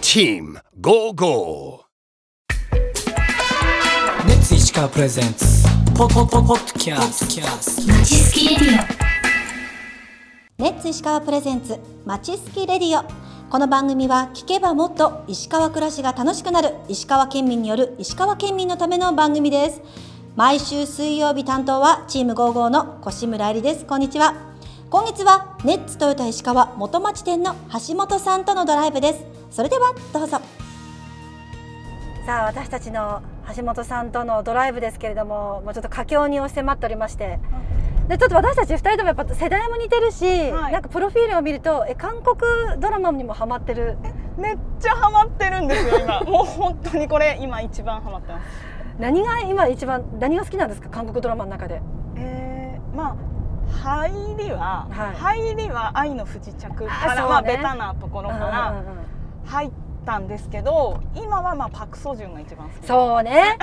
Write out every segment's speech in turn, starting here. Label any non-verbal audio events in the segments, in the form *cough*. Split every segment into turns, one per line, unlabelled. Team Go Go!
レッツ石川プレゼンツポポポポッドキャスト
レッツ石川プレゼンツまちすきレディオこの番組は聞けばもっと石川暮らしが楽しくなる石川県民による石川県民のための番組です毎週水曜日担当はチーム55の越村えりですこんにちは今月はネッツトヨタ石川元町店の橋本さんとのドライブですそれではどうぞさあ私たちの橋本さんとのドライブですけれどももうちょっと佳境に迫っておりましてでちょっと私たち2人ともやっぱ世代も似てるし、
はい
なんかプロフィールを見るとえ韓国ドラマにもハマってる
めっちゃハマってるんですよ *laughs* 今もう本当にこれ今一番ハマってます
何が今一番何が好きなんですか韓国ドラマの中で
えー、まあ入りは、
は
入りは愛の不時着から
あそうね
まあベタなところか
うん
ら
うんうん
入ったんですけど今はまあパク・ソジュンが一番好きう、
そう
*laughs*
ね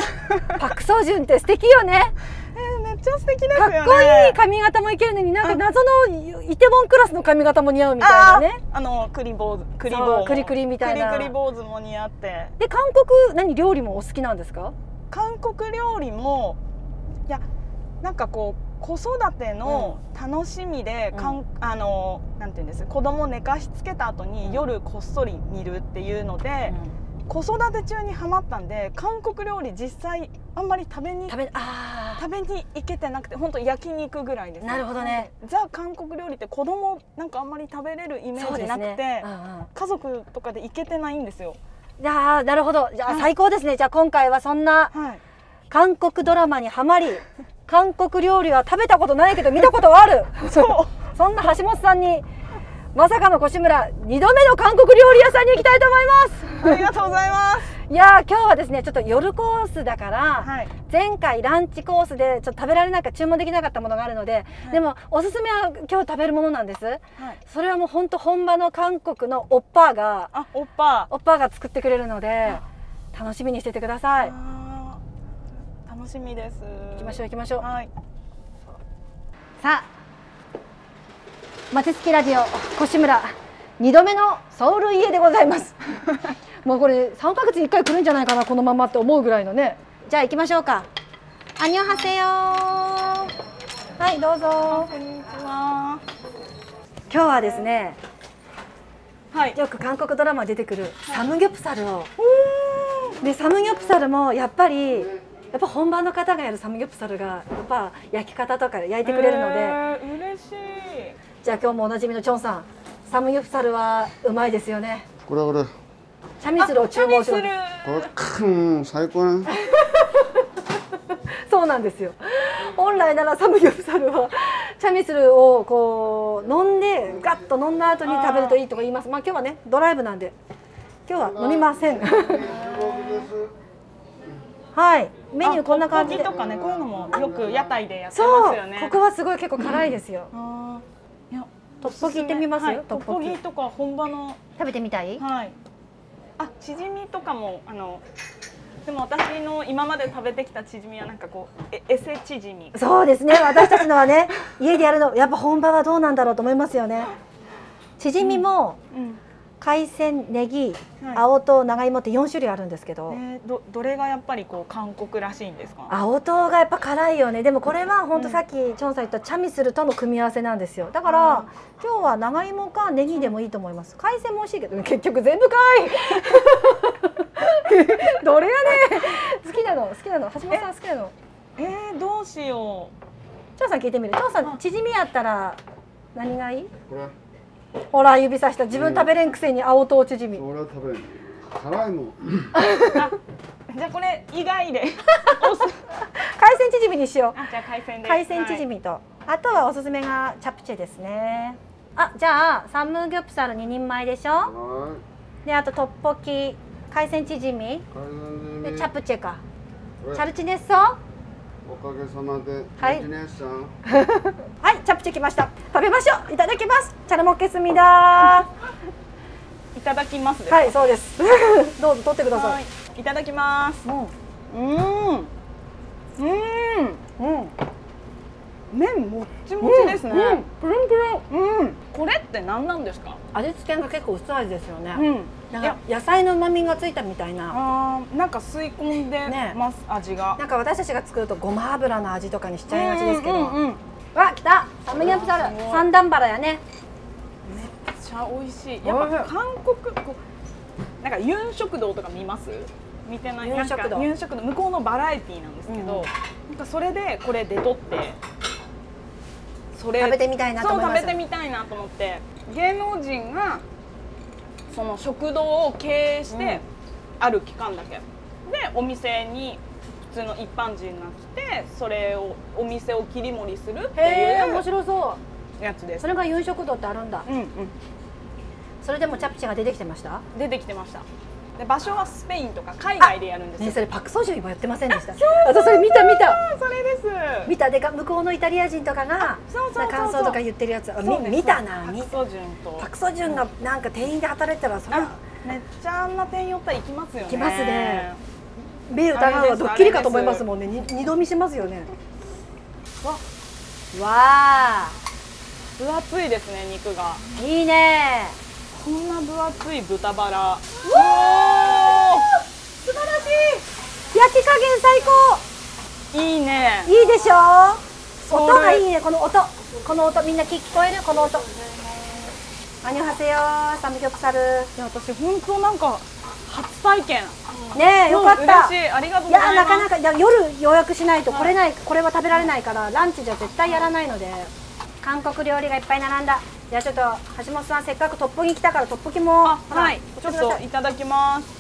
パク・ソジュンって素敵よね
えー、めっちゃ素敵ですよね
かっこいい髪型もいけるのになんか謎のイテボンクラスの髪型も似合うみたいなね
あーあの栗坊主栗
そ
坊
う栗栗みたいな
栗栗坊主も似合って
で韓国何料理もお好きなんですか
韓国料理もいやなんかこう子育ての楽しみで、かんあのなんていうんです子供寝かしつけた後に、
うん
夜こっそり見るっていうので、子育て中にハマったんで韓国料理実際あんまり食べに
食べあ
食べに行けてなくて本当焼肉ぐらいで
あ
す
なるほどね
ザ韓国料理って子供なんかあんまり食べれるイメ
そ
ー
う
ジ
で
な
す
くて、
ねうんうん
家族とかで行けてないんですよ
じゃあなるほどじゃあ
はい
最高ですねじゃあ今回はそんな
はい
韓国ドラマにはまり韓国料理は食べたことないけど見たことはあ
*laughs*
る
そう
そんな橋本さんにまさかの越村2度目の韓国料理屋さんに行きたいと思いま
ありがとうございます
すいやー今日はですねちょっと夜コースだから、
はい
前回ランチコースでちょっと食べられなく注文できなかったものがあるので、
い
でもおすすめは今日食べるものなんです
はい
それはもうほんと本場の韓国のおっぱーが
あおっぱ
おっぱーが作ってくれるので楽しみにしててください行
あー楽しみです。行
きましょう行きましょう
はい。
さあ「まちつきラジオ越村」2度目のソウル家でございます *laughs* もうこれ3ヶ月に1回来るんじゃないかなこのままって思うぐらいのねじゃあ行きましょうかアニョハセヨはいどうぞ
こんにちは。
今日はですね
はい。
よく韓国ドラマに出てくるサムギョプサルをでサムギョプサルもやっぱりやっぱ本場の方がやるサムギョプサルがやっぱ焼き方とか焼いてくれるので、
で。嬉しい。
じゃあ今日もおなじみのチョンさんサムギョプサルはうまいですよね
그래 그래
チャミスルを注文しろ
何する
어, 큰 사기꾼
そうなんですよ本来ならサムギョプサルはチャミスルをこう飲んでガッと飲んだ後に食べるといいとか言いますまあ今日はねドライブなんで今日は飲みませんはいメニューこんな感じで
あトッポギとかね、こういうのもよく屋台でやって
そ
ま
う
すよね。
ここはすごい結構辛いですよ
あー。いや
ト
お
ッ
す
ポ
す
ギ
め
行ってみます、
はい
ト
ト
ッ
ッ
ポ
ポ
ギ
ギとか本場の。
食べてみたい
はい。あ、チヂミとかも、あの。でも私の今まで食べてきたチヂミはなんかこうえエセチヂミ
そうですね私たちのはね家でやるのやっぱ本場はどうなんだろうと思いますよねチヂミも
うん、
海鮮ネギ、
はい
青唐長芋って4種類あるんですけど、
ね、どどれがやっぱりこう韓国らしいんですか
青唐がやっぱ辛いよねでもこれは本当
うん
さっきチョンさん言ったチャミスルとの組み合わせなんですよだから、今日は長芋かネギでもいいと思います海鮮も美味しいけど結局全部か *laughs* いどれやね好きなの好きなの橋本さん好きなの
えー、どうしよう
チョンさん聞いてみるチョンさんチヂミやったら何がいい
그래
ほら指さした自分食べれんくせに青唐チヂミ
그래 타베 가라이 뭐
じゃあこれ以外 *laughs* でおす
海鮮チヂミにしよう
あじゃあ海鮮で
海鮮チヂ
ミ、
ミと、あとはおすすめがチャプチェですねあじゃあサムギョプサル2人前でしょ
가라이
であとトッポキ海鮮チヂミ
아, 가라이
でチャプチェかチャ
그래
ルチネッソは
오카게사마데
가이.
비즈니스
いチャプチェ来ました食べましょういただきますチャルモッケスミだ
いただきますです
はいそうです *laughs* どうぞ取ってください
いいただきます
うん
うーんうーん
うん
麺もっちもちですね
うんプルンプルン
うん、これって何なんですか？
味付けが結構薄味ですよね、
うん。
なん
いや
か野菜の旨味がついたみたいな、
あーなんか吸い込んで
ね
ます、味が。
なんか私たちが作るとごま油の味とかにしちゃいがちですけど、
うんうんうんめっ
わ来たサムギョプサル三段バラやね
ちゃ美味しい。やっぱ韓国こうなんかユン食堂とか見ます？見てない。
ユン食堂
なんかユン食堂向こうのバラエティーなんですけど、なんかそれでこれ出とって。それ
食べてみたいなと思います
そう食べてみたいなと思って芸能人がその食堂を経営して、
うん
ある期間だけでお店に普通の一般人が来てそれをお店を切り盛りするって
へえ
い
面白そう
うやつで
そ
す、
れが夕食堂ってあるんだ
うんうん、
それでもチャプチェが出てきてました
出てきてましたで場所はスペインとか海外でやるんですよ、
ねそれパクソジュ今やってませんでした私それ見た見た
それです
見たでか向こうのイタリア人とかが
そうそうそう
なんか感想とか言ってるやつあみ見たな見
み
た
ソジュンと
パクソジュンがなんか店員で働いてたらそれ
あめっちゃあんな店寄ったら行きますよね
行きますね目疑うはドッキリかと思いますもんねに二度見しますよねわわあ
分厚いですね肉が
いいね
こんな分厚い豚バラ
素晴らしい焼き加減最高
おーいいね
いいでしょ
う
音がいいねこの音この音みんな聞聞こえるこの音アニョハセヨサムギョプサル
いや私本当なんか初体験
ねえよかった
嬉しいありがとう
い
ございま
や
す
なかなかいや夜予約しないとこれないこれは食べられないからランチじゃ絶対やらないので韓国料理がいっぱい並んだじゃあちょっと橋本さんせっかくトッポギ来たからトッポギも
あ
ほら
はいち
ち
ょ
ょ
っ
っ
と
と
いただきます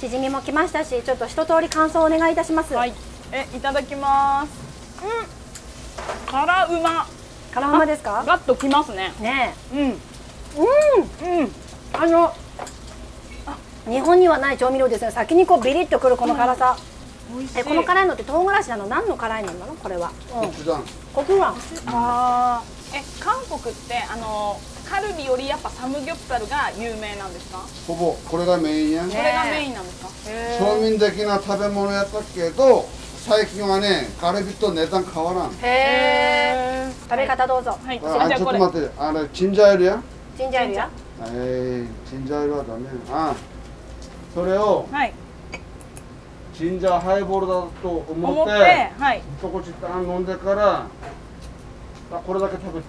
チヂミも来ましたしちょっと一通り感想をお願いいたします、
はいえいただきますうん辛うま
カラママですか
ガッときますね
ね
うんうんうん
えあの日本にはない調味料ですね先にこうビリッとくるこの辛さ、
美味しい
えこの辛いのって唐辛子なの何の辛いのなのこれは
普段
コクラン
あーえ韓国ってあのカルビよりやっぱサムギョプサルが有名なんですか
ほぼこれがメインや、
それがメインなんですか
네.
へ
庶民的な食べ物やったけど最近はねカルビと値段変わらん
へ
え
食べ方どうぞ、
はいじ
あ
ゃあ
ち
こ
ょっと
れ
待ってあれチンジャーエールや
ジンジャーエールや
えー、チンジャーエールはダメあそれを
はい
チンジャーハイボールだと思
思
っ
って
て
はい
一口たん飲んでからあこれだけ食べて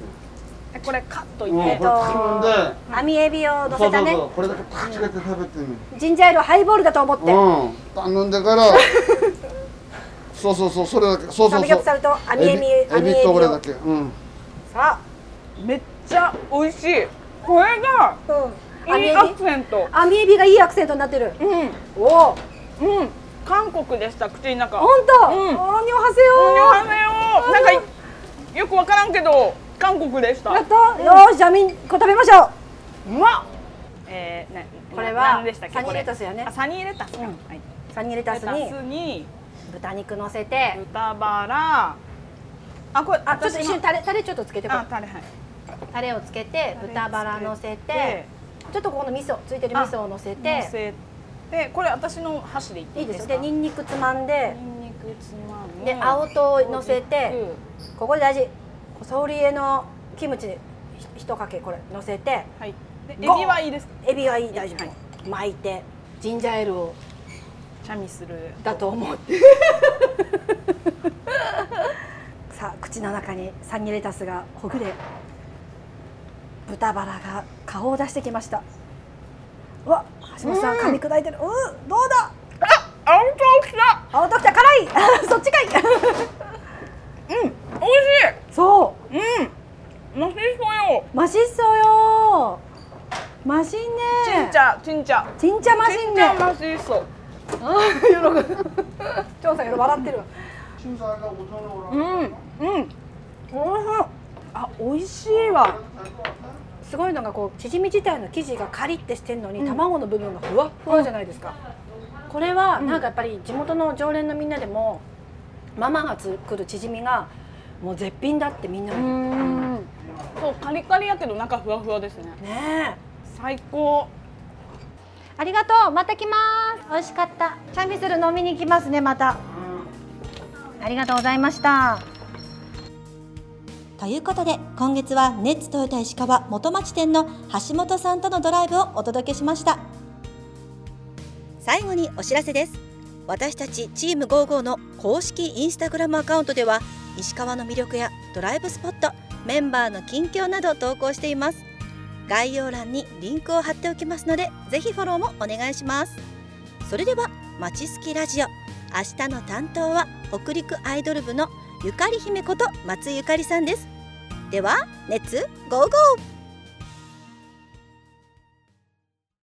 えこれカッとい
うん、こ
っ
れ
て
と
頼んで、
網エビを乗
そ
せ
うそ
た
う
ね
そう、これだけパチけて食べてみる。
ジンジャーエールをハイボールだと思って、
うん、頼んでから。 *laughs* そうそうそう、それだけ、そう
サ
そう
ムギョ
そう
プサ。ルと網エビ
エ
網
ビ
エ
エ
ビ
ビとこれ
を
だけ、うん。
さ
めっちゃ美味しいこれが
あ、うん、網
い
エ
い
ビ
アクセント
網エビがいいアクセントになってる
うん
おお
うん韓国でした口の中
本当、
うん
おーにょはせよ
お
ー
はようなんかよくわからんけど韓国でした
やった、よーしじゃあみんこれ食べましょう
うまっえー、な
これは
何でしたっけ
サニー
これ
レタスやね
あサニーレタスか、はい、
サニーレタス
レ
に
タスに
豚肉乗せて
豚バラあこれ
あちょっと一緒にタレタレちょっとつけてこ
あ
う
タレはい
タレをつけて豚バラ乗せてちょっとここの味噌ついてる味噌を乗せ
で
て
でこれ私の箸でいって
い
い
い
い
で
ですす
よ
か
でニンニクつまんで
ニンニクつまん
で青唐乗せてここで大事ソウリエのキムチひひとかけこれ乗せて
はいでエビ
ゴー
はいいですか
エビはいい大丈
は
夫巻いてジンジャーエールを
チャミする
だと思って *laughs* さあ口の中にサニーレタスがほぐれ豚バラが顔を出してきましたうわ橋本さん噛み砕いてるうーどうだ
あ本当きた
青ときた辛い *laughs* そっ
*laughs*
ちかい
美味しい
そ
うん。マシそうよ。
うマシっそうよマシンね
チンチャ、チンチャ。
チンチャマシ
チ
ン
ンチ
ね
ャマシそう。
*laughs* 長さんよ笑ってるわ
チンジャーエールがお茶の
う
裏
ん、うん。あ、美味しいわ。
すごいのがこうチヂミ自体の生地がカリッてしてるのに、卵の部分がふわっふわじゃないですか、これはなんかやっぱり地元の常連のみんなでもママが作るチヂミがもう絶品だってみんな、ね
ん。そう、カリカリやけど中ふわふわですね。
え
最高。
ありがとうまた来ます美味しかったチャミスル飲みに行きますねまたありがとうございましたということで今月はネッツトヨタ石川元町店の橋本さんとのドライブをお届けしました最後にお知らせです私たちチーム55の公式インスタグラムアカウントでは石川の魅力やドライブスポットメンバーの近況などを投稿しています概要欄にリンクを貼っておきますのでぜひフォローもお願いしますそれではまちすきラジオ明日の担当は北陸アイドル部のゆかり姫こと松井ゆかりさんですでは熱ゴーゴー